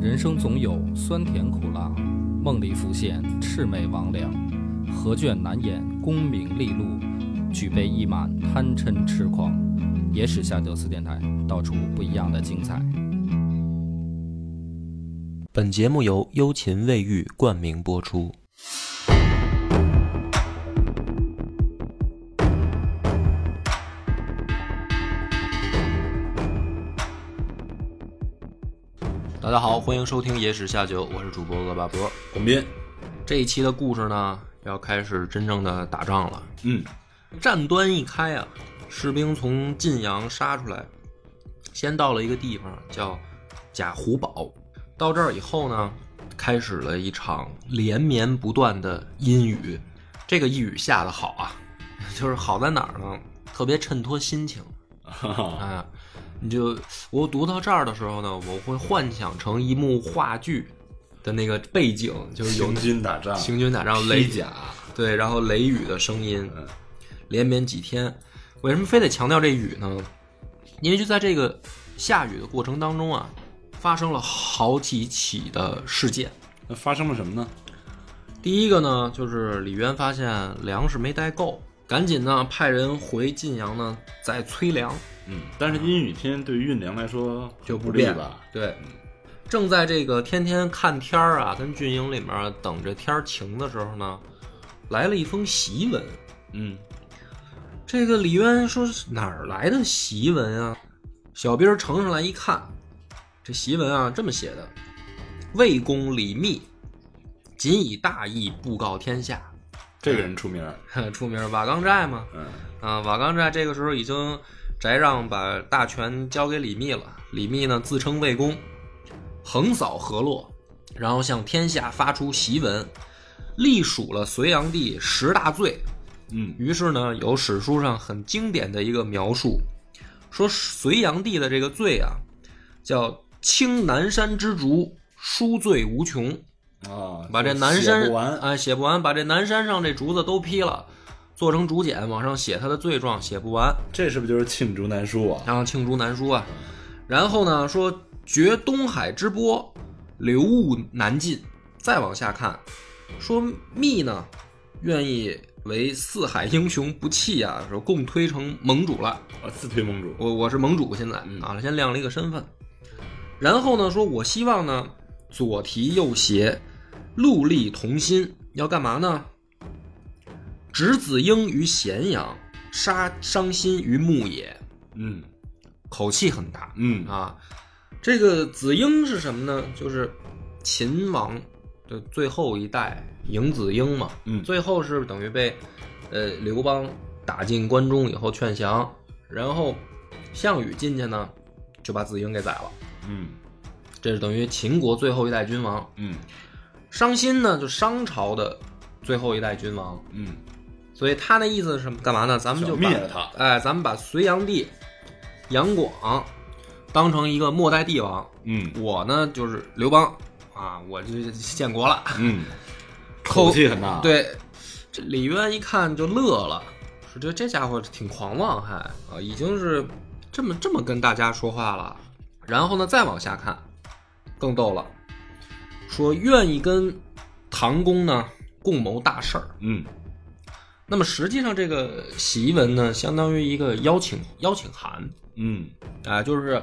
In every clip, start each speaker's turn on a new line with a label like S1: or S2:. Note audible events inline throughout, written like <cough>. S1: 人生总有酸甜苦辣，梦里浮现魑魅魍魉，何卷难掩功名利禄，举杯一满贪嗔痴狂。野史下酒四电台，道出不一样的精彩。
S2: 本节目由优琴卫浴冠名播出。大家好，欢迎收听《野史下酒》，我是主播恶霸波。
S3: 董斌，
S2: 这一期的故事呢，要开始真正的打仗了。
S3: 嗯，
S2: 战端一开啊，士兵从晋阳杀出来，先到了一个地方叫贾湖堡。到这儿以后呢，开始了一场连绵不断的阴雨。这个一雨下的好啊， <laughs> 就是好在哪儿呢？特别衬托心情。
S3: 哈哈，
S2: 啊，你就我读到这儿的时候呢，我会幻想成一幕话剧的那个背景，就是有
S3: 行军打仗，
S2: 行军打仗，雷
S3: 披甲，
S2: 对，然后雷雨的声音
S3: 嗯
S2: 连绵几天。为什么非得强调这雨呢？因为就在这个下雨的过程当中啊，发生了好几起的事件。
S3: 那发生了什么呢？
S2: 第一个呢，就是李渊发现粮食没带够，赶紧呢派人回晋阳呢再催粮。
S3: 嗯，但是阴雨天对于运粮来说
S2: 就不
S3: 不
S2: 变
S3: 利吧？
S2: 对，正在这个天天看天儿啊，跟军营里面啊等着天儿晴的时候呢，来了一封檄文。
S3: 嗯，
S2: 这个李渊说是哪儿来的檄文啊？小兵儿呈上来一看，这檄文啊这么写的：魏公李密，仅以大义布告天下。 <laughs>
S3: 这个人出名儿，
S2: 出名儿瓦岗寨嘛，
S3: 嗯，
S2: 啊，瓦岗寨这个时候已经翟让把大权交给李密了。李密呢自称魏公，横扫河洛，然后向天下发出檄文，隶属了隋炀帝十大罪。
S3: 嗯
S2: 于是呢，有史书上很经典的一个描述，说隋炀帝的这个罪啊，叫倾南山之竹，书罪无穷。
S3: 啊，
S2: 把这南山
S3: 写不完，
S2: 啊写不完，把这南山上这竹子都劈了，做成竹简，往上写他的罪状，写不完，
S3: 这是不是就是罄竹难书啊？
S2: 然后罄竹难书啊。然后呢，说绝东海之波，流物难尽。再往下看，说密呢，愿意为四海英雄不弃啊，说共推成盟主了。
S3: 啊，自推盟主，
S2: 我我是盟主，现在啊，先亮了一个身份。然后呢，说我希望呢，左提右协，戮力同心，要干嘛呢？执子婴于咸阳，杀伤心于牧野。
S3: 嗯
S2: 口气很大
S3: 嗯
S2: 啊。这个子婴是什么呢？就是秦王的最后一代嬴子婴嘛。
S3: 嗯
S2: 最后是等于被呃刘邦打进关中以后劝降，然后项羽进去呢，就把子婴给宰了。
S3: 嗯
S2: 这是等于秦国最后一代君王。
S3: 嗯
S2: 商心呢，就商朝的最后一代君王。
S3: 嗯，
S2: 所以他那意思是什么？干嘛呢？咱们就把
S3: 想灭了他
S2: 哎，咱们把隋炀帝杨广当成一个末代帝王，
S3: 嗯
S2: 我呢就是刘邦啊，我这建国了。
S3: 嗯， <laughs> 口气很大，，
S2: 对，这李渊一看就乐了，说这这家伙挺狂妄还，啊，已经是这么这么跟大家说话了。然后呢，再往下看，更逗了，说愿意跟唐公呢共谋大事儿。
S3: 嗯
S2: 那么实际上，这个檄文呢，相当于一个邀请邀请函
S3: 嗯，
S2: 啊，就是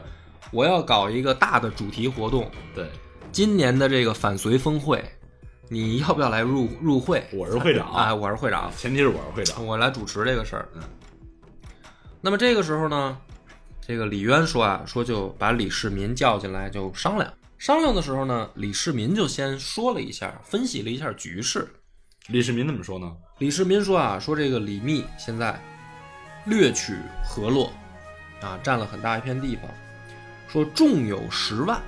S2: 我要搞一个大的主题活动，
S3: 对，
S2: 今年的这个反隋峰会，你要不要来入入会？
S3: 我是会长
S2: 啊，，我是会长，
S3: 前提是我是会长，
S2: 我来主持这个事儿。
S3: 嗯，
S2: 那么这个时候呢，这个李渊说啊，说就把李世民叫进来就商量。商量的时候呢，李世民就先说了一下，分析了一下局势。
S3: 李世民怎么说呢？
S2: 李世民说啊，说这个李密现在掠取河洛，啊，占了很大一片地方，说众有十万。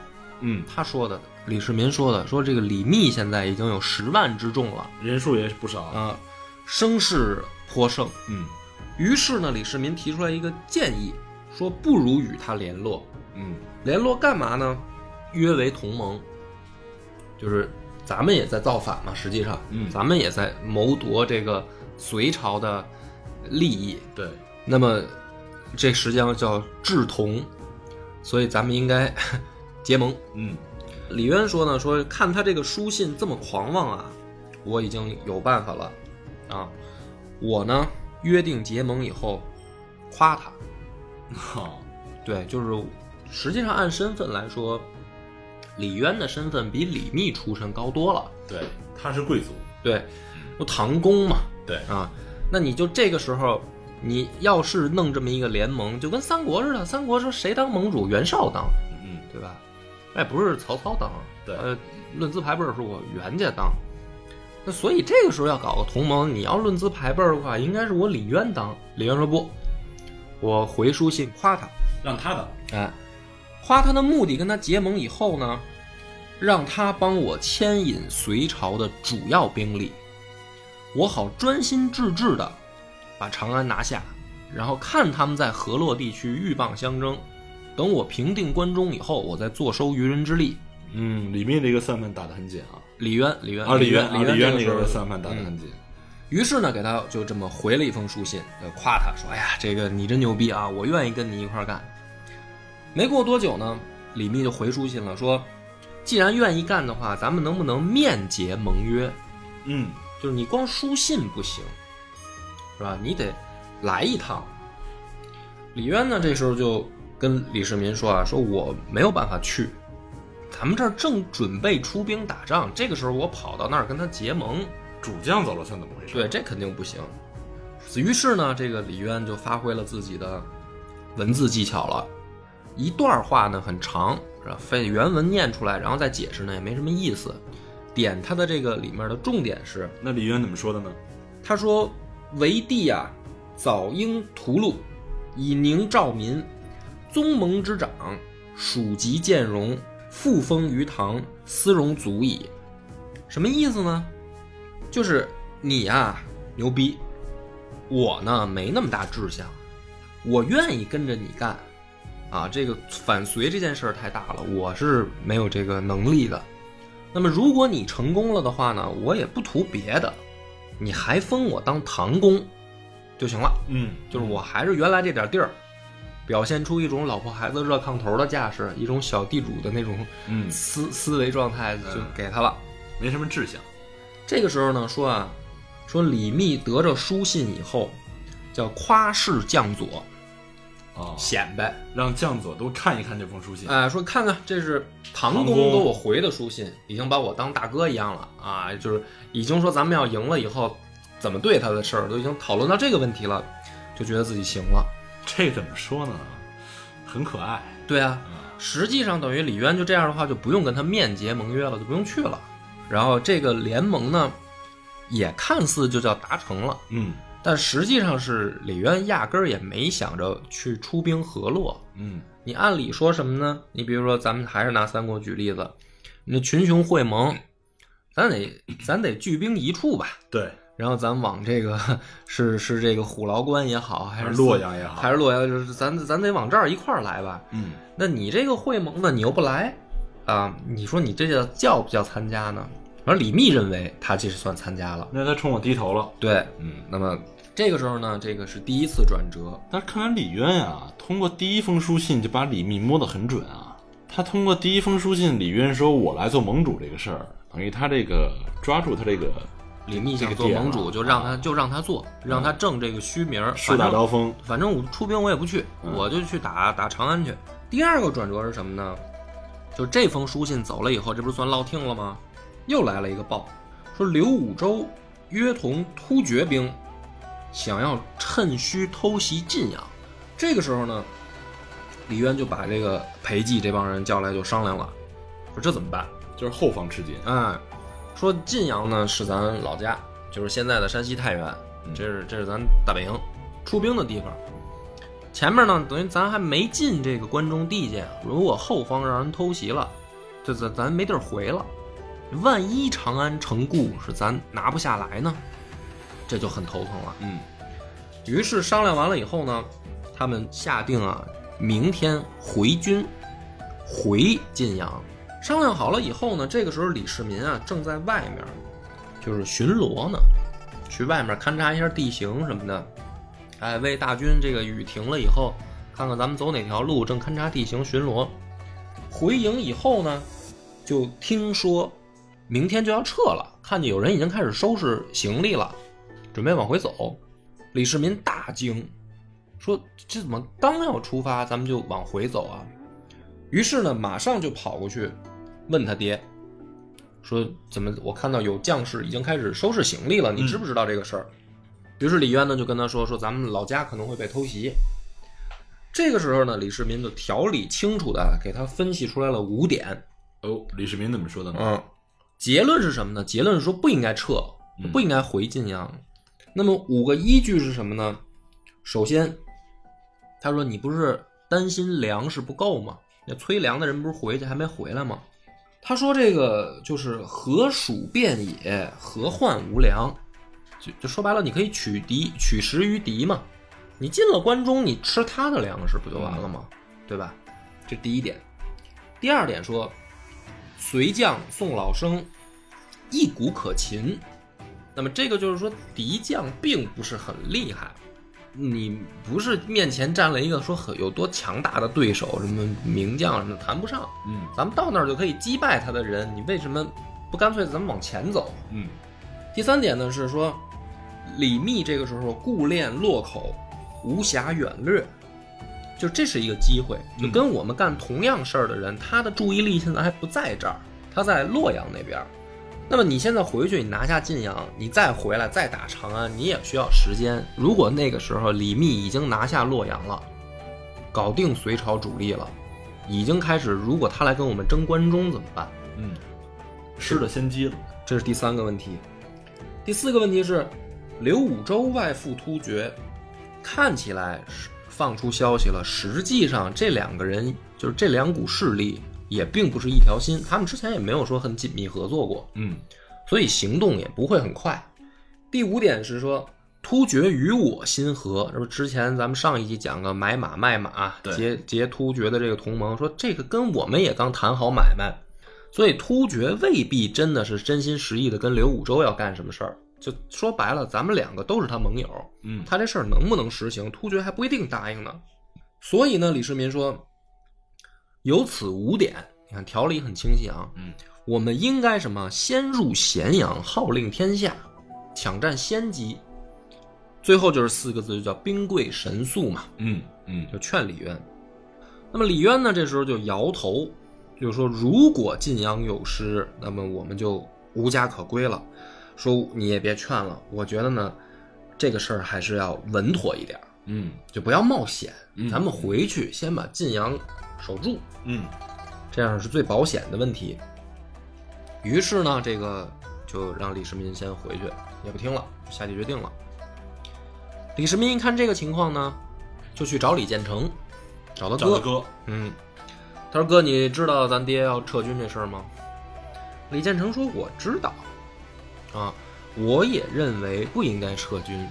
S3: 嗯，
S2: 他说的，李世民说的，说这个李密现在已经有十万之众了，
S3: 嗯人数也不少，
S2: 啊，声势颇盛。
S3: 嗯
S2: 于是呢，李世民提出来一个建议，说不如与他联络，
S3: 嗯
S2: 联络干嘛呢？约为同盟，就是咱们也在造反嘛，实际上，
S3: 嗯
S2: 咱们也在谋夺这个隋朝的利益。
S3: 对，
S2: 那么，这实际上叫志同，所以咱们应该 <laughs> 结盟。
S3: 嗯
S2: 李渊说呢，说看他这个书信这么狂妄啊，我已经有办法了啊。我呢约定结盟以后，夸他，
S3: 哦
S2: 对，就是实际上按身份来说，李渊的身份比李密出身高多了。
S3: 对，他是贵族，
S2: 对，就唐公嘛，
S3: 对
S2: 啊，那你就这个时候，你要是弄这么一个联盟，就跟三国似的，三国说谁当盟主，袁绍当，
S3: 嗯，
S2: 对吧？那也不是曹操当，
S3: 对
S2: 呃，论资排辈儿是我袁家当，那所以这个时候要搞个同盟，你要论资排辈儿的话，应该是我李渊当。李渊说不，我回书信夸他，
S3: 让他当，
S2: 哎，夸他的目的跟他结盟以后呢，让他帮我牵引隋朝的主要兵力，我好专心致志的把长安拿下，然后看他们在河洛地区鹬蚌相争。等我平定关中以后，我再坐收渔人之利。
S3: 嗯，李密这个算盘打得很紧啊，
S2: 李渊，李渊，
S3: 啊，李
S2: 渊，
S3: 渊，啊
S2: 李
S3: 李渊
S2: 这个
S3: 这
S2: 时候
S3: 个嗯
S2: 就
S3: 算盘打得很紧，
S2: 于是呢，给他就这么回了一封书信，呃，夸他说：“哎呀，这个你真牛逼啊，我愿意跟你一块儿干。”没过多久呢，李密就回书信了，说：“既然愿意干的话，咱们能不能面结盟约？
S3: 嗯，
S2: 就是你光书信不行，是吧？你得来一趟。”李渊呢，这时候就跟李世民说啊：“说我没有办法去，咱们这儿正准备出兵打仗，这个时候我跑到那儿跟他结盟，
S3: 主将走了算怎么回事？
S2: 对，，这肯定不行。于是呢，这个李渊就发挥了自己的文字技巧了，一段话呢很长，是吧？非得原文念出来，然后再解释呢也没什么意思。点他的这个里面的重点是，
S3: 那李渊怎么说的呢？
S2: 他说：“为帝啊，早应屠戮，以宁兆民。宗盟之长，属及建荣，复封于唐，斯荣足矣。”什么意思呢？就是你啊，牛逼，我呢没那么大志向，我愿意跟着你干。啊，这个反隋这件事儿太大了，我是没有这个能力的。那么，如果你成功了的话呢，我也不图别的，你还封我当堂公就行了。
S3: 嗯，
S2: 就是我还是原来这点地儿，表现出一种老婆孩子热炕头的架势，一种小地主的那种
S3: 嗯，
S2: 思思维状态，就给他了。
S3: 没什么志向，
S2: 这个时候呢，说啊，说李密得着书信以后，叫夸世降佐，
S3: 哦
S2: 显摆，
S3: 让将佐都看一看这封书信，
S2: 哎、说看看这是唐
S3: 嗯唐
S2: 公
S3: 公
S2: 给我回的书信，已经把我当大哥一样了啊，就是已经说咱们要赢了以后怎么对他的事儿，都已经讨论到这个问题了，就觉得自己行了。
S3: 这怎么说呢？很可爱，
S2: 对啊，
S3: 啊
S2: 实际上等于李渊就这样的话，就不用跟他面结盟约了，就不用去了。然后这个联盟呢，也看似就叫达成了，
S3: 嗯
S2: 但实际上是李渊压根儿也没想着去出兵河洛。
S3: 嗯，
S2: 你按理说什么呢？你比如说，咱们还是拿三国举例子，你群雄会盟，咱得咱得聚兵一处吧，
S3: 对，
S2: 然后咱往这个 <laughs> 是是这个虎牢关也好，还
S3: 还
S2: 是
S3: 是洛，阳也好，
S2: 还是洛阳，就是咱咱得往这儿一块儿来吧。
S3: 嗯，
S2: 那你这个会盟呢，你又不来啊？你说你这叫叫不叫参加呢？而李密认为他这是算参加了。
S3: 那他冲我低头了，
S2: 对，
S3: 嗯，
S2: 那么这个时候呢，这个是第一次转折。
S3: 但是看来李渊啊，通过第一封书信就把李密摸得很准啊。他通过第一封书信，李渊说我来做盟主这个事儿，等于他这个抓住他这个
S2: 李密想
S3: 这个
S2: 做
S3: 点啊
S2: 盟主，就让他就让他做，让他挣这个虚名儿。
S3: 树
S2: 反
S3: 大
S2: 正
S3: 招风，
S2: 反正我出兵我也不去，我就去打打长安去。第二个转折是什么呢？就这封书信走了以后，这不是算落听了吗？又来了一个报，说刘武周约同突厥兵，想要趁虚偷袭晋阳。这个时候呢，李渊就把这个裴寂这帮人叫来就商量了，说这怎么办？
S3: 就是后方吃紧。
S2: 哎，说晋阳呢是咱老家，就是现在的山西太原，这是这是咱大本营出兵的地方。前面呢，等于咱还没进这个关中地界，如果后方让人偷袭了，这咱咱没地儿回了。万一长安城固是咱拿不下来呢，这就很头疼了。
S3: 嗯，
S2: 于是商量完了以后呢，他们下定啊，明天回军，回晋阳。商量好了以后呢，这个时候李世民啊正在外面，就是巡逻呢，去外面勘察一下地形什么的。哎，为大军这个雨停了以后，看看咱们走哪条路，正勘察地形巡逻。回营以后呢，就听说明天就要撤了，看见有人已经开始收拾行李了，准备往回走。李世民大惊，说：“这怎么刚要出发，咱们就往回走啊？”于是呢，马上就跑过去问他爹，说：“怎么我看到有将士已经开始收拾行李了？你知不知道这个事儿？”于是李渊呢就跟他说：“说咱们老家可能会被偷袭。”这个时候呢，李世民就条理清楚的给他分析出来了五点。
S3: 哦，李世民怎么说的呢？
S2: 嗯，结论是什么呢？结论是说不应该撤，不应该回晋阳。那么五个依据是什么呢？首先，他说你不是担心粮食不够吗？那催粮的人不是回去还没回来吗？他说这个就是何属遍野，何患无粮？就就说白了，你可以取敌取食于敌嘛。你进了关中，你吃他的粮食不就完了吗？对吧？这第一点。第二点说，隋将宋老生一鼓可擒。那么这个就是说，敌将并不是很厉害，你不是面前站了一个说很有多强大的对手，什么名将什么的谈不上。
S3: 嗯
S2: 咱们到那儿就可以击败他的人，你为什么不干脆咱们往前走？
S3: 嗯
S2: 第三点呢是说，李密这个时候顾恋洛口，无暇远略，就这是一个机会，就跟我们干同样事儿的人，他的注意力现在还不在这儿，他在洛阳那边儿。那么你现在回去，你拿下晋阳，你再回来再打长安，你也需要时间。如果那个时候李密已经拿下洛阳了，搞定隋朝主力了，已经开始，如果他来跟我们争关中怎么办？
S3: 嗯，吃了先机了。
S2: 这是第三个问题。第四个问题是，刘武周外附突厥，看起来是放出消息了，实际上这两个人就是这两股势力也并不是一条心，他们之前也没有说很紧密合作过，
S3: 嗯
S2: 所以行动也不会很快。第五点是说，突厥与我心合，这不之前咱们上一集讲个买马卖马，
S3: 对
S2: 结结突厥的这个同盟，说这个跟我们也刚谈好买卖，所以突厥未必真的是真心实意的跟刘武周要干什么事儿。就说白了，咱们两个都是他盟友，
S3: 嗯
S2: 他这事儿能不能实行，突厥还不一定答应呢。所以呢，李世民说，有此五点，你看条理很清晰啊。
S3: 嗯，
S2: 我们应该什么？先入咸阳，号令天下，抢占先机。最后就是四个字，就叫兵贵神速嘛，
S3: 嗯嗯
S2: 就劝李渊。那么李渊呢，这时候就摇头，就说：“如果晋阳有失，那么我们就无家可归了。”说你也别劝了，我觉得呢，这个事儿还是要稳妥一点儿，
S3: 嗯
S2: 就不要冒险。
S3: 嗯
S2: 咱们回去先把晋阳守住。
S3: 嗯
S2: 这样是最保险的问题。于是呢，这个就让李世民先回去，也不听了，下定决定了。李世民一看这个情况呢，就去找李建成，找他
S3: 找他
S2: 哥。
S3: 哥，
S2: 嗯，他说：“哥，你知道咱爹要撤军这事儿吗？”李建成说：“我知道，啊，我也认为不应该撤军，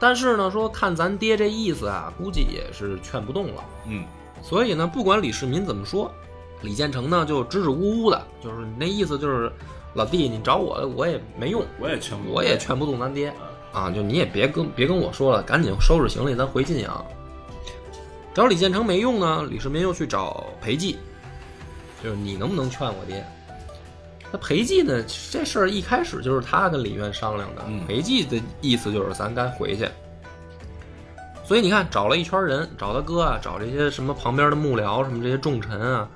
S2: 但是呢，说看咱爹这意思啊，估计也是劝不动了。”
S3: 嗯
S2: 所以呢，不管李世民怎么说，李建成呢就支支吾吾的，就是那意思就是，老弟你找我我也没用，
S3: 我也劝不动，
S2: 我也劝不动咱爹
S3: 嗯
S2: 啊，就你也别跟别跟我说了，赶紧收拾行李，咱回晋阳。找李建成没用呢，李世民又去找裴寂，就是你能不能劝我爹？那裴寂呢？这事儿一开始就是他跟李渊商量的。
S3: 嗯
S2: 裴寂的意思就是咱该回去，所以你看，找了一圈人，找他哥啊，找这些什么旁边的幕僚，什么这些重臣啊，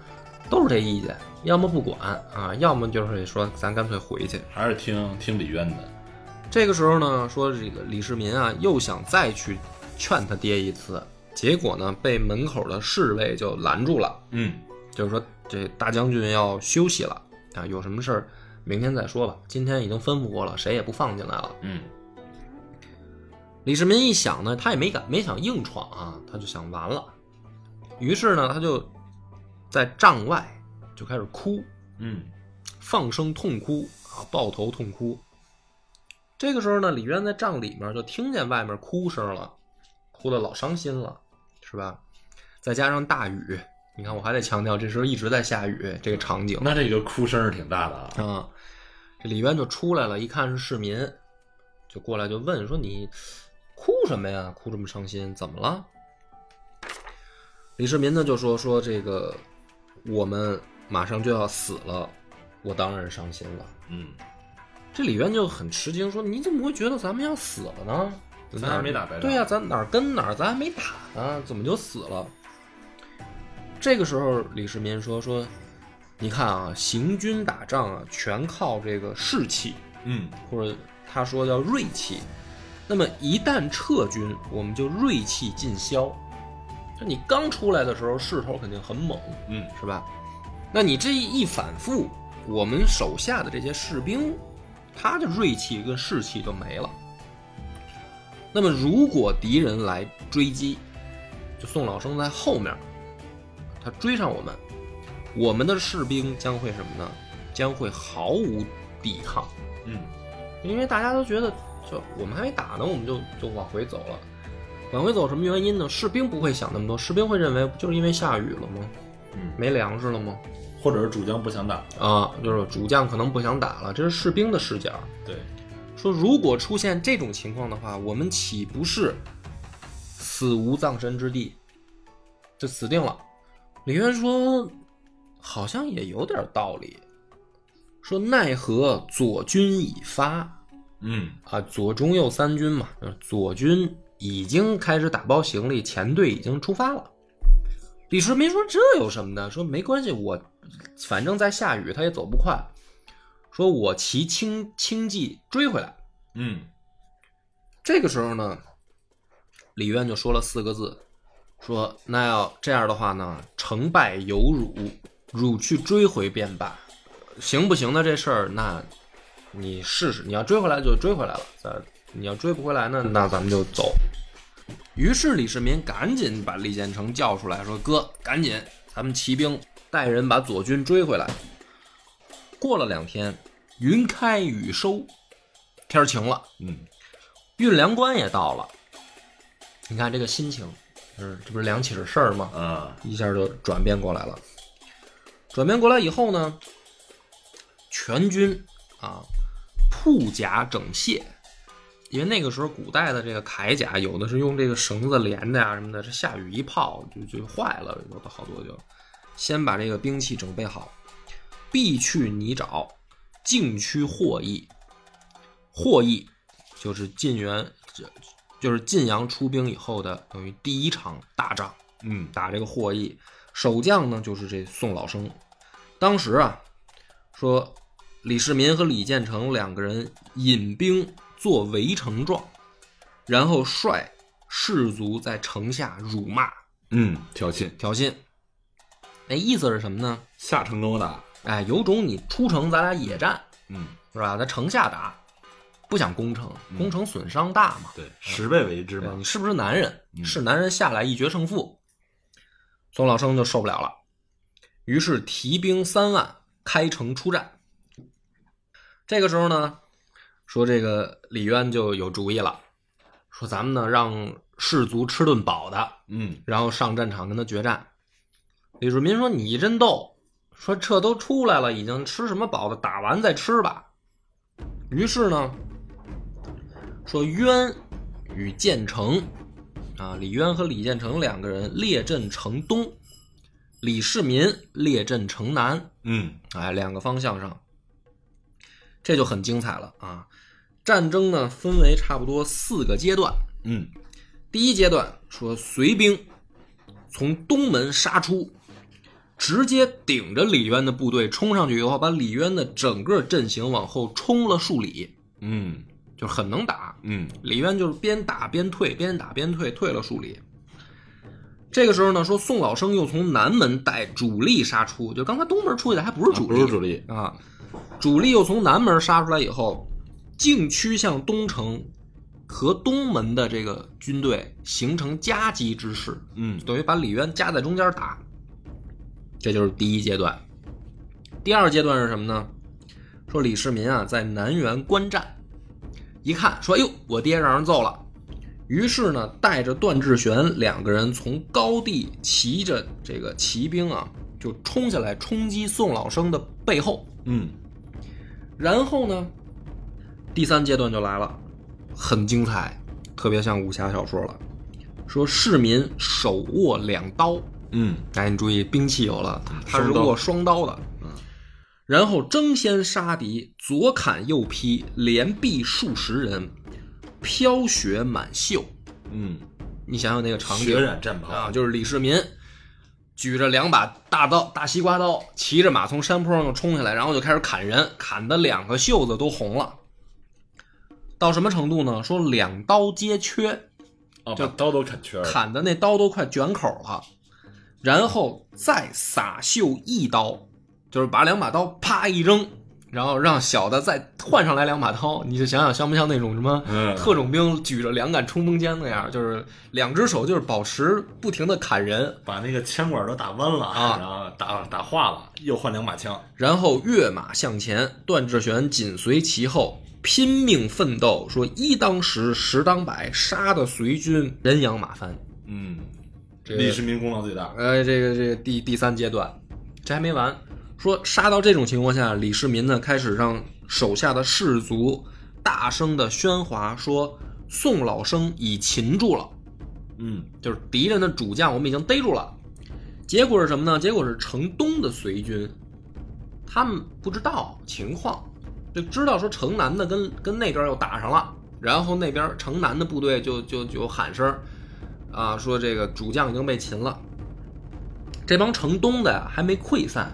S2: 都是这意见，要么不管啊，要么就是说咱干脆回去。
S3: 还是听听李渊的。
S2: 这个时候呢，说这个李世民啊，又想再去劝他爹一次，结果呢，被门口的侍卫就拦住了，
S3: 嗯
S2: 就是说这大将军要休息了啊，有什么事儿明天再说吧，今天已经吩咐过了，谁也不放进来了。
S3: 嗯
S2: 李世民一想呢，他也没敢没想硬闯啊，他就想完了，于是呢，他就在帐外就开始哭，
S3: 嗯
S2: 放声痛哭啊，抱头痛哭。这个时候呢，李渊在帐里面就听见外面哭声了，哭的老伤心了，是吧？再加上大雨，你看我还得强调，这时候一直在下雨，这个场景
S3: 那这个哭声是挺大的啊。
S2: 啊，这李渊就出来了，一看是市民，就过来就问说：“你哭什么呀？哭这么伤心，怎么了？”李世民呢就说：“说这个我们马上就要死了，我当然伤心了。
S3: 嗯，
S2: 这李渊就很吃惊，说：“你怎么会觉得咱们要死了呢？
S3: 咱还没打白仗
S2: 对呀、咱哪儿跟哪儿，咱还没打呢，怎么就死了？”这个时候，李世民说：“说，你看啊，行军打仗啊，全靠这个士气，
S3: 嗯，
S2: 或者他说叫锐气。那么一旦撤军，我们就锐气尽消。就你刚出来的时候，势头肯定很猛，
S3: 嗯，
S2: 是吧？那你这一反复，我们手下的这些士兵，他的锐气跟士气就没了。那么如果敌人来追击，就宋老生在后面，他追上我们，我们的士兵将会什么呢？将会毫无抵抗。
S3: 嗯，
S2: 因为大家都觉得，就我们还没打呢，我们就就往回走了。往回走什么原因呢？士兵不会想那么多，士兵会认为不就是因为下雨了吗？
S3: 嗯
S2: 没粮食了吗？
S3: 或者是主将不想打，
S2: 啊，就是主将可能不想打了，这是士兵的视角。
S3: 对，
S2: 说如果出现这种情况的话，我们岂不是死无葬身之地，就死定了？李渊说，好像也有点道理。说奈何左军已发，
S3: 嗯
S2: 啊，左中右三军嘛，就是左军已经开始打包行李，前队已经出发了。李世民说：“这有什么的？说没关系，我反正在下雨，他也走不快。说我骑轻轻骑追回来。
S3: 嗯，”
S2: 这个时候呢，李渊就说了四个字：“说那要这样的话呢，成败由汝，汝去追回便罢。行不行的这事儿，那你试试。你要追回来就追回来了，咱你要追不回来呢，那咱们就走。于是李世民赶紧把李建成叫出来，说：“哥，赶紧，咱们骑兵带人把左军追回来。”过了两天，云开雨收，天儿晴了。
S3: 嗯，
S2: 运粮官也到了。你看这个心情，嗯，这不是两起事儿吗？
S3: 啊，
S2: 一下就转变过来了。转变过来以后呢，全军啊，铺甲整卸，因为那个时候古代的这个铠甲有的是用这个绳子连的呀、什么的，这下雨一泡就就坏了，有的好多就先把这个兵器整备好，必去泥沼，径趋获邑。获邑就是晋元，就就是晋阳出兵以后的等于第一场大仗。
S3: 嗯
S2: 打这个霍邑，守将呢就是这宋老生。当时啊，说李世民和李建成两个人引兵做围城状，然后率士卒在城下辱骂
S3: 嗯，挑衅，
S2: 挑衅。那意思是什么呢？
S3: 下城跟我打，
S2: 哎，有种你出城，咱俩野战
S3: 嗯，
S2: 是吧？在城下打，不想攻城，攻城损伤大嘛。
S3: 对，十倍为之
S2: 对
S3: 嘛
S2: 你，是不是男人？是男人下来一决胜负。宋老生就受不了了，于是提兵三万开城出战。这个时候呢，说这个李渊就有主意了，说咱们呢让士卒吃顿饱的，
S3: 嗯
S2: 然后上战场跟他决战。李世民说：“你真逗，说这都出来了，已经吃什么饱的？打完再吃吧。”于是呢，说渊与建成，啊，李渊和李建成两个人列阵城东，李世民列阵城南。
S3: 嗯，
S2: 哎，两个方向上，这就很精彩了啊！战争呢分为差不多四个阶段，
S3: 嗯，
S2: 第一阶段说隋兵从东门杀出，直接顶着李渊的部队冲上去以后，把李渊的整个阵型往后冲了数里，
S3: 嗯
S2: 就是很能打。
S3: 嗯
S2: 李渊就是边打边退，边打边退，退了数里。这个时候呢，说宋老生又从南门带主力杀出，就刚才东门出去的还不是主
S3: 不
S2: 力，
S3: 是主力，
S2: 啊，主力又从南门杀出来以后，径趋向东城，和东门的这个军队形成夹击之势，
S3: 嗯
S2: 等于把李渊夹在中间打。这就是第一阶段。第二阶段是什么呢？说李世民啊在南园观战，一看说：“哎呦，我爹让人揍了。”于是呢，带着段志玄两个人从高地骑着这个骑兵啊，就冲下来冲击宋老生的背后。
S3: 嗯
S2: 然后呢，第三阶段就来了，很精彩，特别像武侠小说了。说市民手握两刀，
S3: 嗯，
S2: 哎，你注意，兵器有了，他是
S3: 双刀
S2: 握双刀的，
S3: 嗯，
S2: 然后争先杀敌，左砍右劈，连毙数十人，飘雪满袖。
S3: 嗯，
S2: 你想想那个场景，
S3: 血染战袍
S2: 啊，就是李世民举着两把大刀、大西瓜刀，骑着马从山坡上就冲下来，然后就开始砍人，砍的两个袖子都红了。到什么程度呢？说两刀皆缺，
S3: 哦，把刀都砍圈儿了，
S2: 砍的那刀都快卷口了，然后再撒绣一刀，就是把两把刀啪一扔，然后让小的再换上来两把刀，你就想想像不像那种什么
S3: 嗯
S2: 特种兵举着两杆冲锋枪那样，就是两只手就是保持不停的砍人，
S3: 把那个枪管都打弯了，
S2: 啊
S3: 然后打打化了，又换两把枪，
S2: 然后跃马向前，段志玄紧随其后，拼命奋斗，说一当十，十当百，杀的隋军人仰马翻。
S3: 嗯，
S2: 这个
S3: 历史民功劳最大，
S2: 呃，这个这个第第三阶段，这还没完。说杀到这种情况下，李世民呢开始让手下的士卒大声的喧哗，说宋老生已擒住了，
S3: 嗯，
S2: 就是敌人的主将我们已经逮住了。结果是什么呢？结果是城东的隋军，他们不知道情况，就知道说城南的跟跟那边又打上了，然后那边城南的部队就就就喊声儿，啊，说这个主将已经被擒了。这帮城东的呀还没溃散，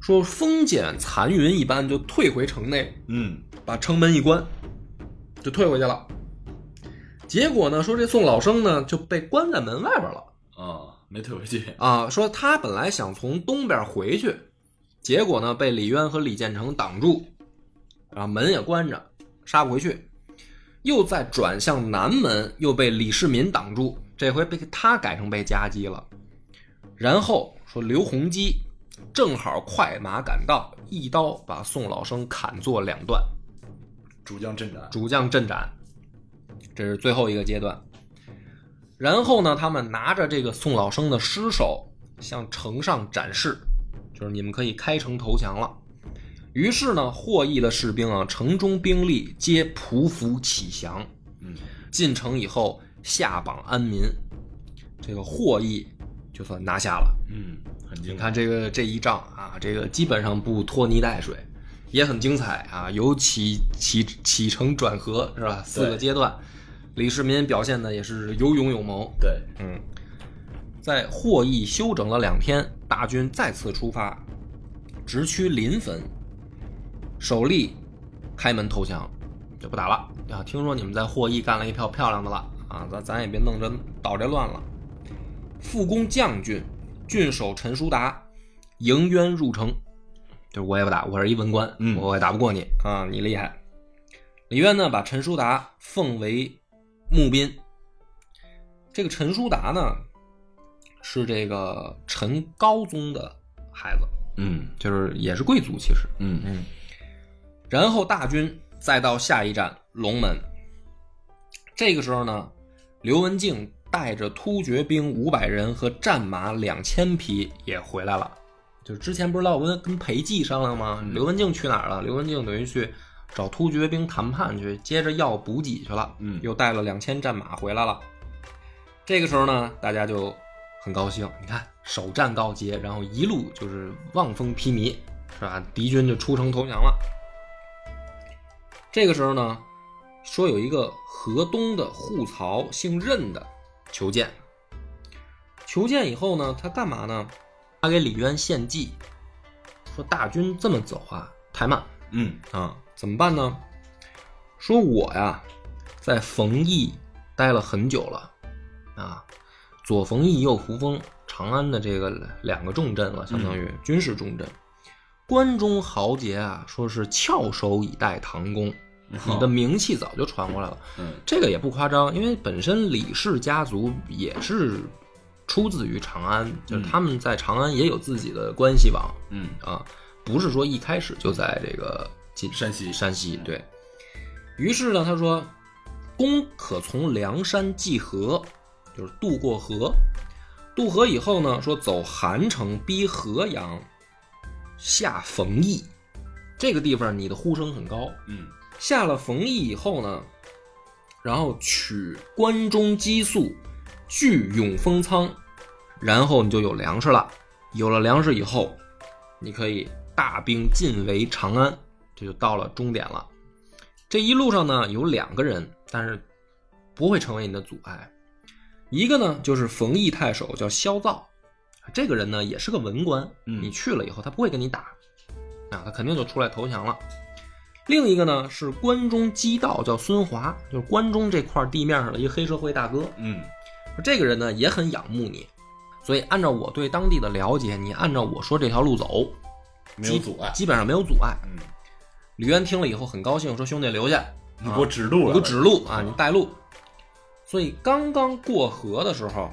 S2: 说风卷残云一般就退回城内，
S3: 嗯，
S2: 把城门一关，就退回去了。结果呢，说这宋老生呢就被关在门外边了
S3: 啊，没退回去，
S2: 啊。说他本来想从东边回去，结果呢被李渊和李建成挡住，啊，门也关着，杀不回去。又再转向南门，又被李世民挡住，这回被他改成被夹击了。然后说刘弘基正好快马赶到，一刀把宋老生砍作两段。
S3: 主将镇斩，
S2: 主将镇斩，这是最后一个阶段。然后呢，他们拿着这个宋老生的尸首向城上展示，就是你们可以开城投降了。于是呢，获益的士兵啊，城中兵力皆匍匐起降。
S3: 嗯，
S2: 进城以后，下榜安民，这个获益就算拿下了。
S3: 嗯，很
S2: 你
S3: 精彩，
S2: 看这个这一仗啊，这个基本上不拖泥带水，也很精彩啊，有起起起承转合是吧？四个阶段，李世民表现的也是有勇有谋。
S3: 对，
S2: 嗯，在获益休整了两天，大军再次出发，直趋临汾，首例开门投降，就不打了啊！听说你们在获益干了一票漂亮的了啊，咱咱也别弄这捣这乱了。复攻将军，郡守陈叔达迎渊入城，就是我也不打，我是一文官，
S3: 嗯
S2: 我也打不过你啊，你厉害。李渊呢，把陈叔达奉为募兵。这个陈叔达呢，是这个陈高宗的孩子，
S3: 嗯
S2: 就是也是贵族，其实。
S3: 嗯嗯
S2: 然后大军再到下一站龙门。这个时候呢，刘文静带着突厥兵五百人和战马两千匹也回来了。就是之前不是老文跟裴寂商量吗？刘文静去哪儿了？刘文静等于去找突厥兵谈判去，接着要补给去了。
S3: 嗯
S2: 又带了两千战马回来了。这个时候呢，大家就很高兴。你看，首战告捷，然后一路就是望风披靡，是吧？敌军就出城投降了。这个时候呢，说有一个河东的护曹，姓任的求见。求见以后呢，他干嘛呢？他给李渊献计，说大军这么走啊，太慢
S3: 嗯
S2: 啊，怎么办呢？说我呀，在冯邑待了很久了，啊，左冯邑右扶风，长安的这个两个重镇了，相当于军事重镇。关中豪杰啊，说是翘首以待唐公，你
S3: 哦
S2: 的名气早就传过来了。
S3: 嗯
S2: 这个也不夸张，因为本身李氏家族也是出自于长安，就是他们在长安也有自己的关系网
S3: 嗯，
S2: 啊，不是说一开始就在这个晋
S3: 山西
S2: 山西对。于是呢，他说：“公可从梁山济河，就是渡过河。渡河以后呢，说走韩城，逼河阳，下冯邑。这个地方你的呼声很高，
S3: 嗯
S2: 下了冯邑以后呢，然后取关中激素，据永丰仓，然后你就有粮食了。有了粮食以后，你可以大兵进围长安，这就到了终点了。这一路上呢，有两个人，但是不会成为你的阻碍。一个呢，就是冯异太守，叫萧造，这个人呢也是个文官，
S3: 嗯
S2: 你去了以后，他不会跟你打，啊，他肯定就出来投降了。另一个呢是关中缉道，叫孙华，就是关中这块地面上的一个黑社会大哥。
S3: 嗯
S2: 这个人呢也很仰慕你，所以按照我对当地的了解，你按照我说这条路走，
S3: 没有阻碍。
S2: 基本上没有阻碍。
S3: 嗯，
S2: 吕渊听了以后很高兴，说：“兄弟留下，
S3: 你给我指路
S2: 我
S3: 了，
S2: 给指路啊，你带路。”所以刚刚过河的时候，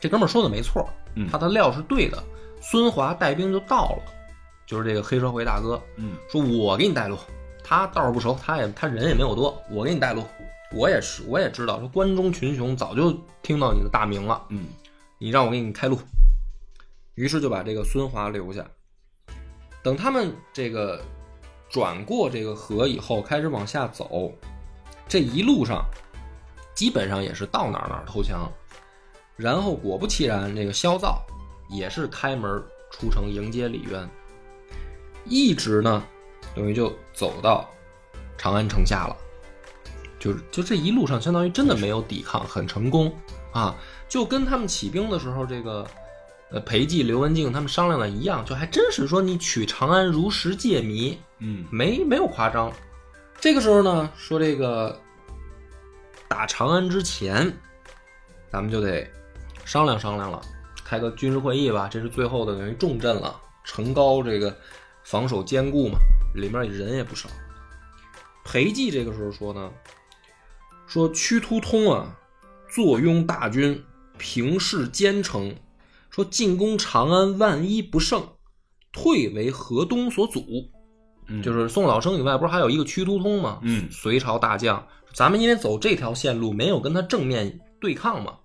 S2: 这哥们儿说的没错，
S3: 嗯
S2: 他的料是对的。孙华带兵就到了，就是这个黑社会大哥，
S3: 嗯
S2: 说我给你带路，他道儿不熟，他也他人也没有多，我给你带路。我也是，我也知道，说关中群雄早就听到你的大名了，
S3: 嗯
S2: 你让我给你开路。于是就把这个孙华留下。等他们这个转过这个河以后，开始往下走，这一路上基本上也是到哪儿哪儿投降。然后果不其然，这个萧造也是开门出城迎接李渊，一直呢等于就走到长安城下了。就是就这一路上，相当于真的没有抵抗，很成功啊！就跟他们起兵的时候，这个呃裴寂、刘文静他们商量的一样，就还真是说你取长安如实借迷，
S3: 嗯
S2: 没没有夸张。这个时候呢，说这个打长安之前，咱们就得商量商量了，开个军事会议吧，这是最后的等于重镇了。城高这个防守坚固嘛，里面人也不少。裴寂这个时候说呢，说屈突通啊，坐拥大军，平视坚城，说进攻长安万一不胜，退为河东所阻。
S3: 嗯，
S2: 就是是宋老生以外，不是还有一个屈突通吗？
S3: 嗯
S2: 隋朝大将，咱们因为走这条线路，没有跟他正面对抗嘛。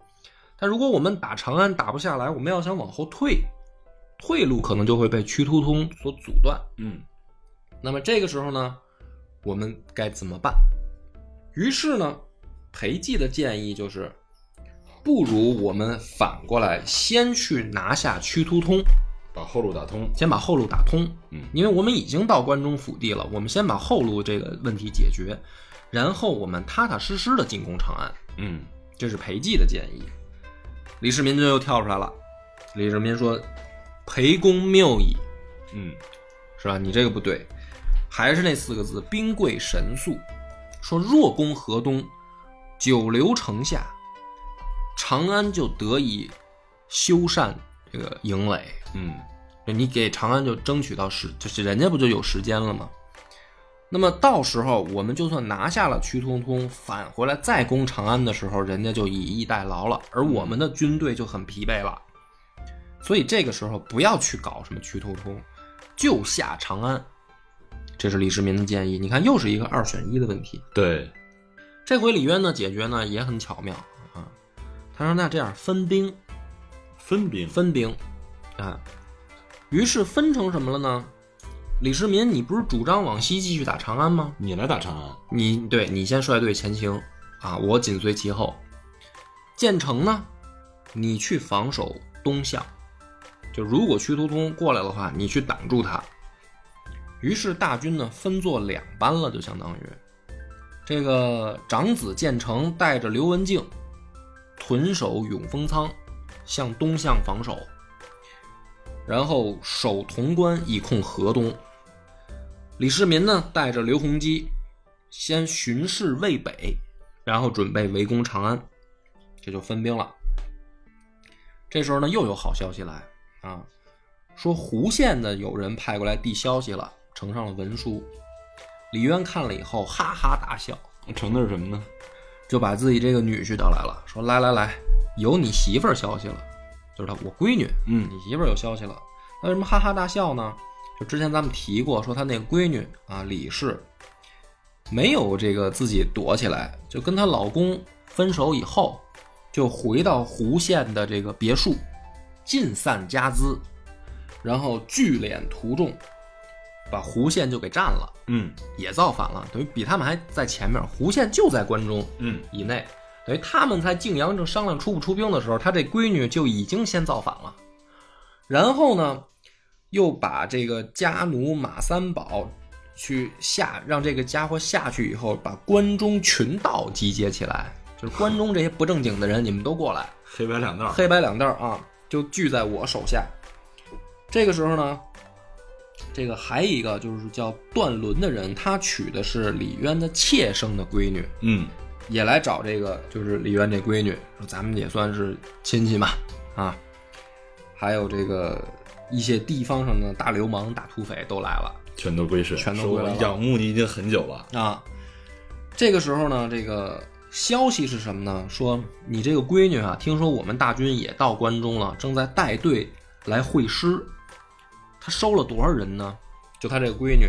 S2: 但如果我们打长安打不下来，我们要想往后退，退路可能就会被屈突通所阻断。
S3: 嗯
S2: 那么这个时候呢，我们该怎么办？于是呢，裴寂的建议就是，不如我们反过来先去拿下屈突通，
S3: 把后路打通。
S2: 先把后路打通。
S3: 嗯
S2: 因为我们已经到关中腹地了，我们先把后路这个问题解决，然后我们踏踏实实的进攻长安。
S3: 嗯
S2: 这是裴寂的建议。李世民就又跳出来了，李世民说：“裴公谬矣，
S3: 嗯
S2: 是吧？你这个不对，还是那四个字，兵贵神速。说若攻河东，久留城下，长安就得以修缮这个营垒。
S3: 嗯
S2: 就你给长安就争取到时，就是人家不就有时间了吗？那么到时候我们就算拿下了屈通通，返回来再攻长安的时候，人家就以逸待劳了，而我们的军队就很疲惫了。所以这个时候不要去搞什么屈通通，就下长安。这是李世民的建议。你看，又是一个二选一的问题。
S3: 对，
S2: 这回李渊呢解决呢也很巧妙啊，他说那这样分兵，
S3: 分兵
S2: 分兵，啊，于是分成什么了呢？李世民，你不是主张往西继续打长安吗？
S3: 你来打啊长安。
S2: 你对你先率队前行啊，我紧随其后。建成呢，你去防守东向，就如果屈突通过来的话，你去挡住他。于是大军呢分作两班了，就相当于这个长子建成带着刘文静屯守永丰仓，向东向防守，然后守潼关以控河东。李世民呢带着刘弘基先巡视渭北，然后准备围攻长安，这就分兵了。这时候呢，又有好消息来啊，说胡县的有人派过来递消息了，呈上了文书。李渊看了以后，哈哈大笑，
S3: 成的是什么呢？
S2: 就把自己这个女婿找来了，说：“来来来，有你媳妇儿消息了，就是他我闺女，
S3: 嗯
S2: 你媳妇儿有消息了。”那为什么哈哈大笑呢？就之前咱们提过，说他那个闺女啊李氏，没有这个自己躲起来，就跟她老公分手以后，就回到湖县的这个别墅，尽散家资，然后聚敛图众，把湖县就给占了，
S3: 嗯
S2: 也造反了，等于比他们还在前面。湖县就在关中，
S3: 嗯
S2: 以内，等于他们在泾阳正商量出不出兵的时候，他这闺女就已经先造反了。然后呢，又把这个家奴马三宝去下，让这个家伙下去以后，把关中群盗集结起来，就是关中这些不正经的人，你们都过来，
S3: 黑白两道儿，
S2: 黑白两道啊，就聚在我手下。这个时候呢，这个还有一个就是叫段伦的人，他娶的是李渊的妾生的闺女，
S3: 嗯，
S2: 也来找这个就是李渊这闺女，说咱们也算是亲戚嘛，啊，还有这个一些地方上的大流氓、大土匪都来了。
S3: 全都归谁？
S2: 全都
S3: 说
S2: 归
S3: 我
S2: 了
S3: 仰慕你已经很久了，
S2: 啊。这个时候呢，这个消息是什么呢？说你这个闺女啊，听说我们大军也到关中了，正在带队来会师。她收了多少人呢？就她这个闺女，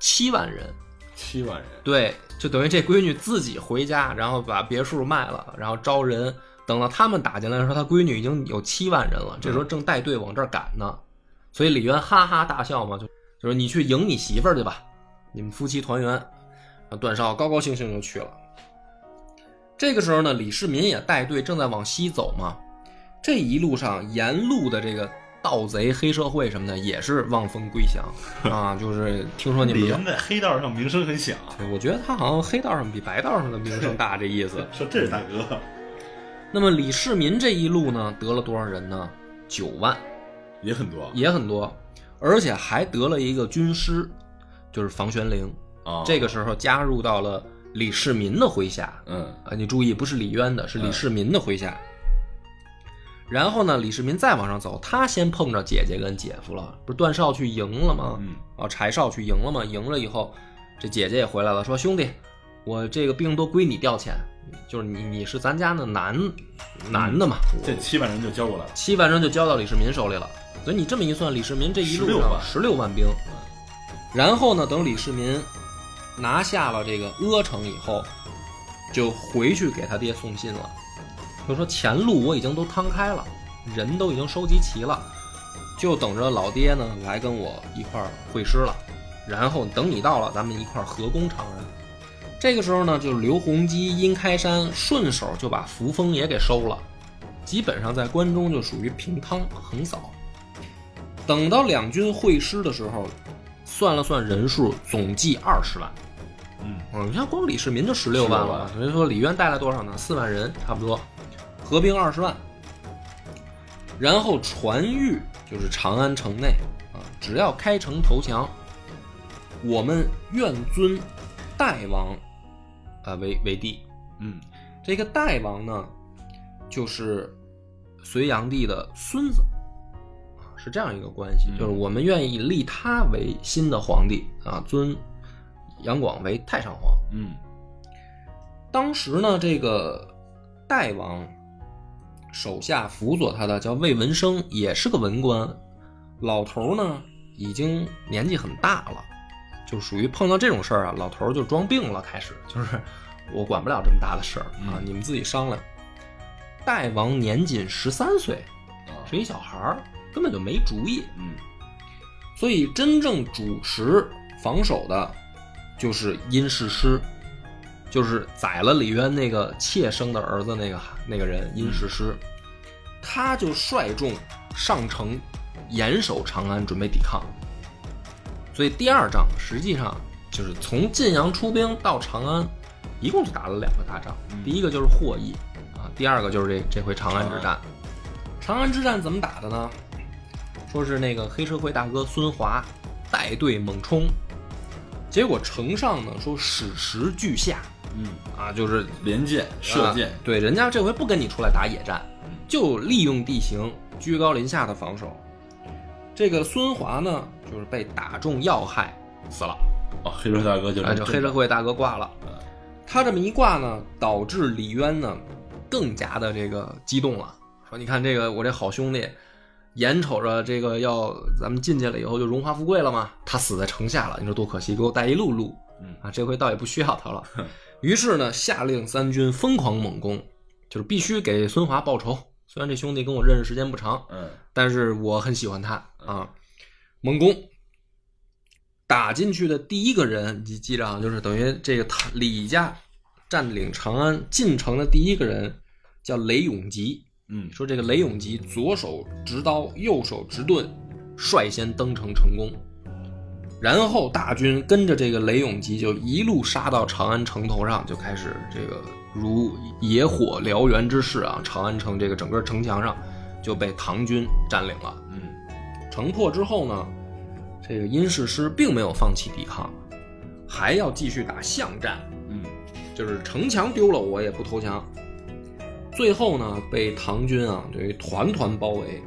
S2: 七万人。
S3: 七万人，
S2: 对，就等于这闺女自己回家，然后把别墅卖了，然后招人。等到他们打进来的时候，她闺女已经有七万人了，这时候正带队往这儿赶呢。所以李渊哈哈大笑嘛，就就说你去迎你媳妇儿去吧，你们夫妻团圆。然后段少高高兴兴就去了。这个时候呢，李世民也带队正在往西走嘛。这一路上沿路的这个盗贼、黑社会什么的也是望风归降啊，就是听说你们
S3: 李渊在黑道上名声很响，
S2: 对，我觉得他好像黑道上比白道上的名声大，这意思。 <laughs>
S3: 说这是大哥，
S2: 那么李世民这一路呢，得了多少人呢？九万，
S3: 也很多
S2: 也很多，而且还得了一个军师，就是房玄龄。
S3: 啊，
S2: 这个时候加入到了李世民的麾下，
S3: 嗯，
S2: 啊，你注意，不是李渊的，是李世民的麾下。然后呢，李世民再往上走，他先碰着姐姐跟姐夫了，不是段少去赢了吗？
S3: 嗯，
S2: 啊，柴少去赢了嘛，赢了以后，这姐姐也回来了，说兄弟，我这个病都归你调遣，就是你你是咱家的男男的嘛，
S3: 这七万人就交过来了，
S2: 七万人就交到李世民手里了。所以你这么一算，李世民这一路
S3: 16
S2: 上
S3: 万
S2: 十六万兵。然后呢，等李世民拿下了这个阿城以后，就回去给他爹送信了，就说前路我已经都摊开了，人都已经收集齐了，就等着老爹呢来跟我一块儿会师了。然后等你到了，咱们一块儿合攻长安。这个时候呢，就是刘洪基、殷开山顺手就把扶风也给收了，基本上在关中就属于平汤横扫。等到两军会师的时候，算了算人数，总计二十万。
S3: 嗯，
S2: 嗯，你看光李世民就十六万了嘛，所以说李渊带了多少呢？四万人差不多，合兵二十万。然后传谕就是长安城内啊，只要开城投降，我们愿尊代王啊为为帝。
S3: 嗯，
S2: 这个代王呢，就是隋炀帝的孙子，啊是这样一个关系，
S3: 嗯
S2: 就是我们愿意立他为新的皇帝啊，尊杨广为太上皇。
S3: 嗯，
S2: 当时呢，这个代王手下辅佐他的叫魏文生，也是个文官。老头儿呢，已经年纪很大了，就属于碰到这种事儿啊，老头儿就装病了，开始就是我管不了这么大的事儿啊，
S3: 嗯
S2: 你们自己商量。代王年仅十三岁，
S3: 啊
S2: 是一小孩儿，根本就没主意。
S3: 嗯，
S2: 所以真正主持防守的，就是殷世师，就是宰了李渊那个妾生的儿子那个那个人殷世师，他就率众上城，严守长安，准备抵抗。所以第二仗实际上就是从晋阳出兵到长安，一共就打了两个大仗，第一个就是霍邑啊，第二个就是这这回长安之战。长安之战怎么打的呢？说是那个黑社会大哥孙华带队猛冲，结果城上呢说矢石俱下
S3: 嗯，
S2: 啊，就是
S3: 连箭、射箭
S2: 啊，对，人家这回不跟你出来打野战，就利用地形居高临下的防守。这个孙华呢，就是被打中要害死了，
S3: 哦，黑社会大哥就
S2: 啊，
S3: 是
S2: 就黑社会大哥挂了。
S3: 嗯
S2: 他这么一挂呢，导致李渊呢更加的这个激动了，说你看这个我这好兄弟，眼瞅着这个要咱们进去了以后就荣华富贵了嘛，他死在城下了，你说多可惜，给我带一路路
S3: 嗯
S2: 啊，这回倒也不需要
S3: <laughs>
S2: 他了。于是呢，下令三军疯狂猛攻，就是必须给孙华报仇。虽然这兄弟跟我认识时间不长，
S3: 嗯，
S2: 但是我很喜欢他啊。猛攻打进去的第一个人，你记着啊，就是等于这个他李家占领长安进城的第一个人叫雷永吉。
S3: 嗯，
S2: 说这个雷永吉左手执刀，右手执盾，率先登城成功。然后大军跟着这个雷永吉就一路杀到长安城头上，就开始这个如野火燎原之势啊！长安城这个整个城墙上就被唐军占领了。
S3: 嗯
S2: 城破之后呢，这个殷世师并没有放弃抵抗，还要继续打巷战，
S3: 嗯
S2: 就是城墙丢了我也不投降。最后呢，被唐军啊这团团包围，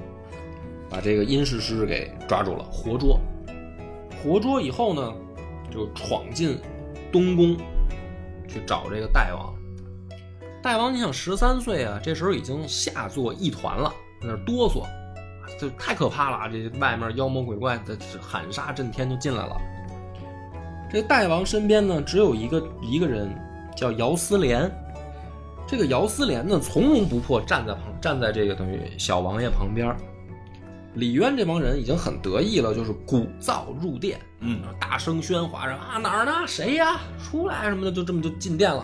S2: 把这个殷世师给抓住了，活捉。活捉以后呢，就闯进东宫去找这个大王。大王，你想十三岁啊，这时候已经下作一团了，在那儿哆嗦，这太可怕了！啊这外面妖魔鬼怪的喊杀震天就进来了。这大王身边呢，只有一个一个人，叫姚思廉。这个姚思廉呢，从容不迫，站在旁，站在这个等于小王爷旁边儿。李渊这帮人已经很得意了，就是鼓噪入殿，
S3: 嗯
S2: 大声喧哗着啊哪儿呢？谁呀？出来什么的，就这么就进殿了。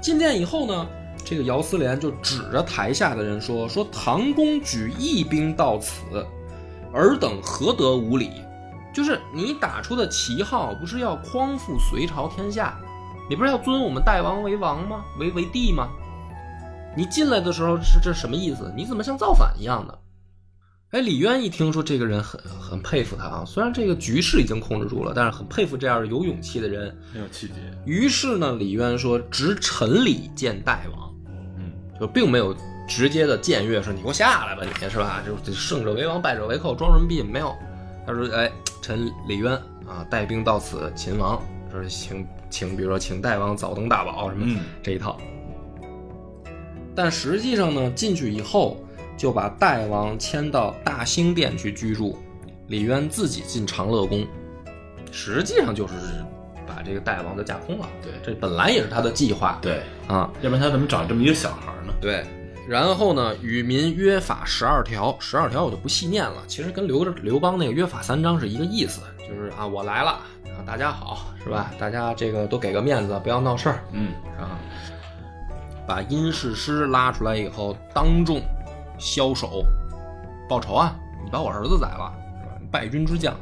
S2: 进殿以后呢，这个姚思廉就指着台下的人说：“说唐公举义兵到此，尔等何得无礼？就是你打出的旗号，不是要匡复隋朝天下，你不是要尊我们代王为王吗？为为帝吗？你进来的时候是这什么意思？你怎么像造反一样的？”哎，李渊一听说这个人很很佩服他啊，虽然这个局势已经控制住了，但是很佩服这样有勇气的人。
S3: 很有气节，
S2: 于是呢，李渊说：“执臣礼见大王。”
S3: 嗯
S2: 就并没有直接的僭越，说你给我下来吧，你是吧？就是胜者为王，败者为寇，装什么逼也没有。他说：“哎，臣李渊啊，带兵到此擒王，说请请，比如说请大王早登大宝什么
S3: 嗯
S2: 这一套。但实际上呢，进去以后就把大王迁到大兴殿去居住，李渊自己进长乐宫，实际上就是把这个大王就架空了。
S3: 对
S2: 这本来也是他的计划。
S3: 对，
S2: 啊，
S3: 要不然他怎么长这么一个小孩呢？
S2: 对，然后呢，与民约法十二条，十二条我就不细念了，其实跟刘刘邦那个约法三章是一个意思，就是啊，我来了啊，大家好，是吧？大家这个都给个面子，不要闹事儿
S3: 嗯
S2: 啊。把殷世师拉出来以后，当众枭首报仇啊！你把我儿子宰了，是吧？败军之将。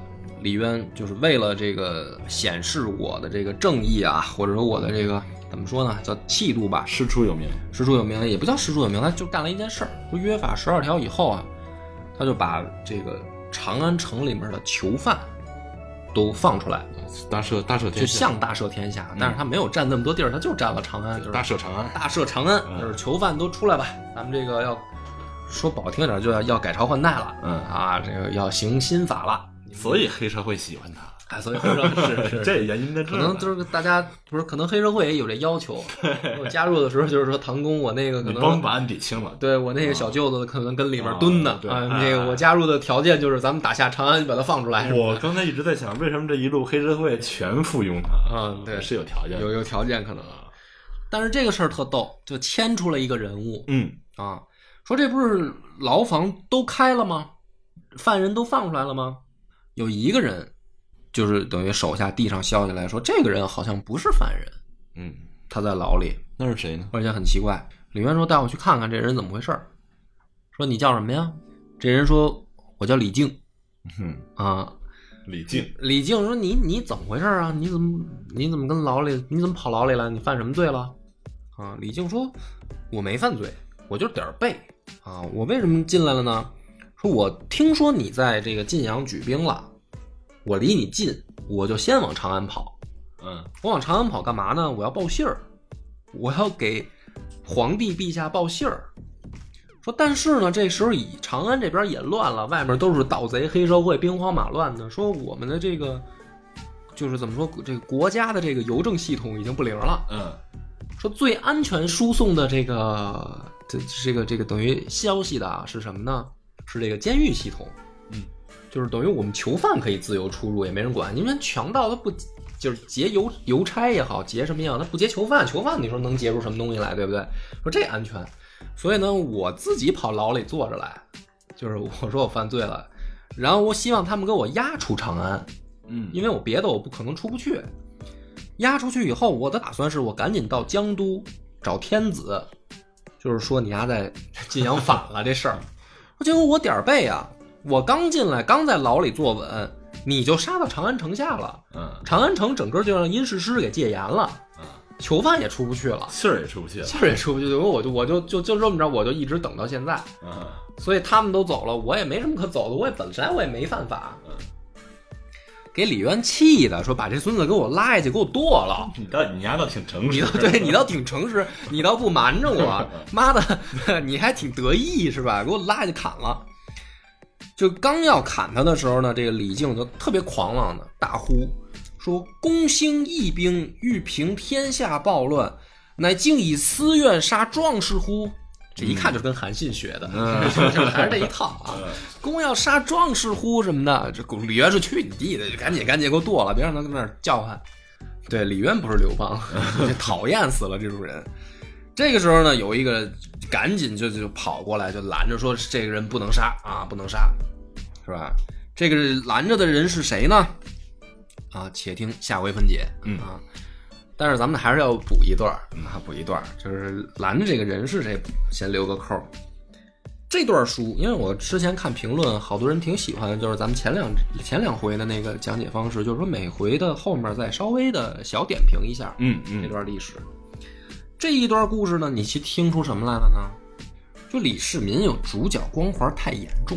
S2: 李渊就是为了这个显示我的这个正义啊，或者说我的这个怎么说呢，叫气度吧，
S3: 师出有名，
S2: 实出有名，也不叫实出有名，他就干了一件事儿。说约法十二条以后啊，他就把这个长安城里面的囚犯都放出来，
S3: 大赦大赦
S2: 就
S3: 天下，
S2: 像大赦天下。但是他没有占那么多地儿，他就占了长安，就是
S3: 大赦长安，
S2: 大赦长安，
S3: 嗯
S2: 就是囚犯都出来吧，咱们这个要说不好听点，就要要改朝换代了，
S3: 嗯
S2: 啊，这个要行新法了。
S3: 所以黑社会喜欢他，
S2: 啊，所以说
S3: <laughs>
S2: 是是
S3: 这原因在这
S2: 可
S3: 儿
S2: 能
S3: 呢。
S2: 就是大家不是，可能黑社会也有这要求。我加入的时候就是说，唐公我那个可
S3: 你
S2: 能
S3: 帮把案底清了，
S2: 对我那个小舅子可能跟里面蹲呢
S3: 啊啊对
S2: 啊，
S3: 啊
S2: 那个我加入的条件就是咱们打下长安，把他放出来。
S3: 我刚才一直在想，为什么这一路黑社会全附庸他？
S2: 嗯对
S3: 是有条件的。
S2: 有有条件可能，啊但是这个事儿特逗，就牵出了一个人物
S3: 嗯
S2: 啊，说这不是牢房都开了吗？犯人都放出来了吗？有一个人，就是等于手下递上消息来说，这个人好像不是犯人，
S3: 嗯，
S2: 他在牢里，
S3: 那是谁呢？
S2: 而且很奇怪。李渊说：“带我去看看这人怎么回事儿。”说：“你叫什么呀？”这人说：“我叫李靖
S3: 嗯，
S2: 啊。”
S3: 李靖。
S2: 李靖说：“你你怎么回事啊？你怎么你怎么跟牢里你怎么跑牢里了？你犯什么罪了？”啊，李靖说：“我没犯罪，我就是点儿背啊。我为什么进来了呢？说我听说你在这个晋阳举兵了，我离你近，我就先往长安跑。
S3: 嗯
S2: 我往长安跑干嘛呢？我要报信儿，我要给皇帝陛下报信儿。说，但是呢，这时候以长安这边也乱了，外面都是盗贼、黑社会、兵荒马乱的。说我们的这个就是怎么说，这个国家的这个邮政系统已经不灵了。
S3: 嗯
S2: 说最安全输送的这个这这个这个等于消息的啊是什么呢？是这个监狱系统，
S3: 嗯，
S2: 就是等于我们囚犯可以自由出入，也没人管。因为强盗他不就是劫邮邮差也好，劫什么也好，他不劫囚犯，囚犯你说能劫出什么东西来，对不对？说这安全，所以呢，我自己跑牢里坐着来，就是我说我犯罪了，然后我希望他们给我押出长安，
S3: 嗯，
S2: 因为我别的我不可能出不去。押出去以后，我的打算是我赶紧到江都找天子，就是说你丫在 <laughs> 晋阳反了这事儿。结果我点儿背啊，我刚进来，刚在牢里坐稳，你就杀到长安城下了。
S3: 嗯，
S2: 长安城整个就让殷世师给戒严了
S3: 嗯，
S2: 囚犯也出不去了， <laughs>
S3: 信儿也出不去了。
S2: 信儿也出不去。我就我就就就这么着，我就一直等到现在。
S3: 嗯
S2: 所以他们都走了，我也没什么可走的，我也本来我也没犯法
S3: 嗯。
S2: 给李渊气的，说把这孙子给我拉下去，给我剁了。
S3: 你倒你丫倒挺诚
S2: 你
S3: 实
S2: 倒，对你倒挺诚实，你倒不瞒着 <laughs> 我，妈的， <laughs> 你还挺得意是吧？给我拉下去砍了。就刚要砍他的时候呢，这个李靖就特别狂妄的大呼说：“公兴义兵，欲平天下暴乱，乃竟以私怨杀壮士乎？”这一看就是跟韩信学的，
S3: 嗯 <laughs>
S2: 就还是这一套啊。公要杀壮士乎什么的，这李渊说：“去你弟的，赶紧赶紧给我剁了，别让他跟那儿叫唤。”对，李渊不是刘邦，这讨厌死了这种人。这个时候呢，有一个赶紧就就跑过来，就拦着说：“这个人不能杀啊，不能杀，是吧？”这个拦着的人是谁呢？啊，且听下回分解。
S3: 嗯
S2: 啊，但是咱们还是要补一段儿啊，补一段儿，就是拦着这个人是谁，先留个扣儿。这段书，因为我之前看评论，好多人挺喜欢的，就是咱们前两前两回的那个讲解方式，就是说每回的后面再稍微的小点评一下
S3: 嗯
S2: 这
S3: 嗯
S2: 段历史。这一段故事呢，你去听出什么来了呢？就李世民有主角光环太严重。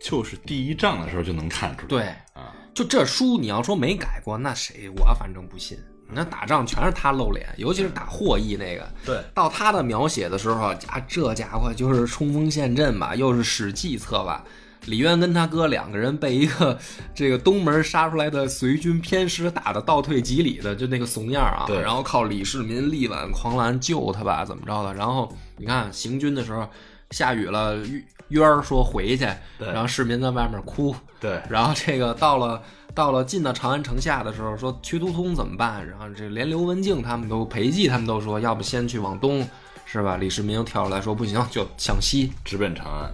S3: 就是第一仗的时候就能看出来。
S2: 对，
S3: 啊，
S2: 就这书你要说没改过，那谁我反正不信。那打仗全是他露脸，尤其是打霍邑那个，
S3: 对，
S2: 到他的描写的时候啊，这家伙就是冲锋陷阵吧，又是《史记》策吧。李渊跟他哥两个人被一个这个东门杀出来的随军偏师打的倒退几里的，就那个怂样啊。
S3: 对
S2: 然后靠李世民力挽狂澜救他吧，怎么着的？然后你看行军的时候下雨了，渊渊儿说回去，
S3: 对
S2: 然后市民在外面哭，
S3: 对，
S2: 然后这个到了到了进到长安城下的时候，说去都通怎么办？然后这连刘文静他们都裴寂他们都说，要不先去往东，是吧？李世民又跳出来说不行，就向西，
S3: 直奔长安。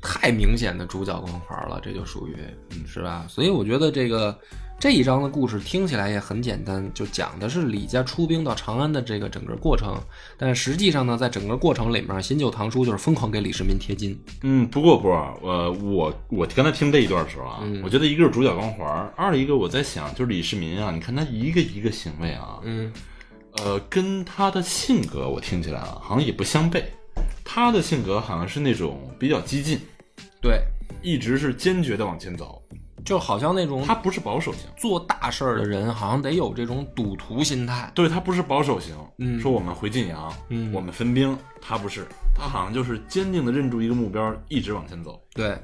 S2: 太明显的主角光环了，这就属于嗯是吧？所以我觉得这个这一章的故事听起来也很简单，就讲的是李家出兵到长安的这个整个过程，但实际上呢，在整个过程里面，新旧唐书就是疯狂给李世民贴金，
S3: 嗯，不过波儿，呃，我我刚才听这一段的时候啊，
S2: 嗯
S3: 我觉得一个是主角光环儿，二一个我在想，就是李世民啊，你看他一个一个行为啊，
S2: 嗯，
S3: 呃，跟他的性格我听起来啊，好像也不相悖。他的性格好像是那种比较激进，
S2: 对，
S3: 一直是坚决的往前走，
S2: 就好像那种
S3: 他不是保守型。
S2: 做大事儿的人好像得有这种赌徒心态。
S3: 对他不是保守型，
S2: 嗯
S3: 说我们回晋阳，
S2: 嗯
S3: 我们分兵，他不是，他好像就是坚定的认住一个目标，一直往前走。
S2: 对，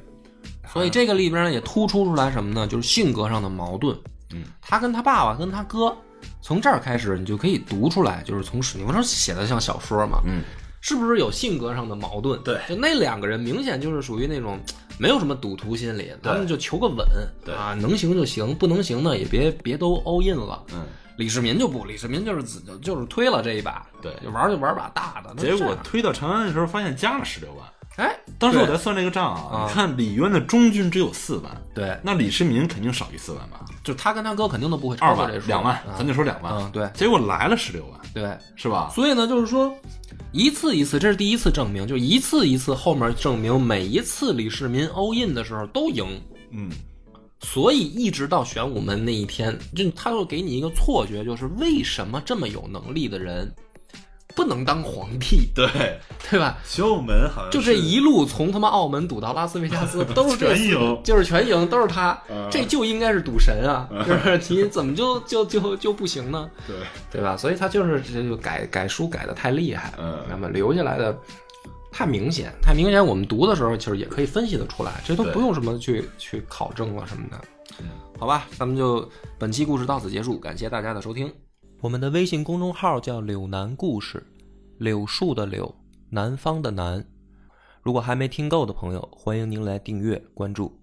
S2: 所以这个里边呢也突出出来什么呢？就是性格上的矛盾。
S3: 嗯，
S2: 他跟他爸爸跟他哥，从这儿开始你就可以读出来，就是从史你不说写的像小说嘛，
S3: 嗯，
S2: 是不是有性格上的矛盾？
S3: 对
S2: 就那两个人明显就是属于那种没有什么赌徒心理，他们就求个稳，
S3: 对
S2: 啊，能行就行，不能行呢也别别都 all in 了。
S3: 嗯，
S2: 李世民就不，李世民就是自就是推了这一把，
S3: 对
S2: 就玩就玩把大的。那
S3: 结
S2: 这
S3: 果
S2: 样
S3: 推到长安的时候，发现加了十六万。
S2: 哎，
S3: 当时我
S2: 对
S3: 在算这个账啊，
S2: 啊
S3: 你看李渊的中军只有四万，
S2: 对，
S3: 那李世民肯定少于四万吧，
S2: 就他跟他哥肯定都不会超
S3: 二
S2: 过
S3: 万
S2: 这、数，
S3: 两万，咱就说两
S2: 嗯
S3: 万。
S2: 对
S3: 结果来了十六万，
S2: 对。
S3: 是吧？
S2: 所以呢，就是说，一次一次，这是第一次证明，就一次一次后面证明，每一次李世民 all in 的时候都赢，
S3: 嗯，
S2: 所以一直到玄武门那一天，就他就给你一个错觉，就是为什么这么有能力的人不能当皇帝，
S4: 对，
S2: <laughs> 对吧？
S4: 玄武门好像
S2: 就这一路从他妈澳门赌到拉斯维加
S3: <laughs>
S2: 斯，都是这
S4: 全赢
S2: 就是全赢，都是他
S4: 嗯，
S2: 这就应该是赌神啊！ <laughs> 就是你怎么就就就就不行呢？
S4: 对，
S2: 对吧？所以他就是这就改改书改的太厉害了
S4: 嗯，
S2: 那么留下来的太明显，太明显。我们读的时候其实也可以分析的出来，这都
S4: 对嗯
S2: 不用什么去去考证了什么的。好吧，咱们就本期故事到此结束，感谢大家的收听。我们的微信公众号叫“柳南故事”，柳树的柳，南方的南。如果还没听够的朋友，欢迎您来订阅关注。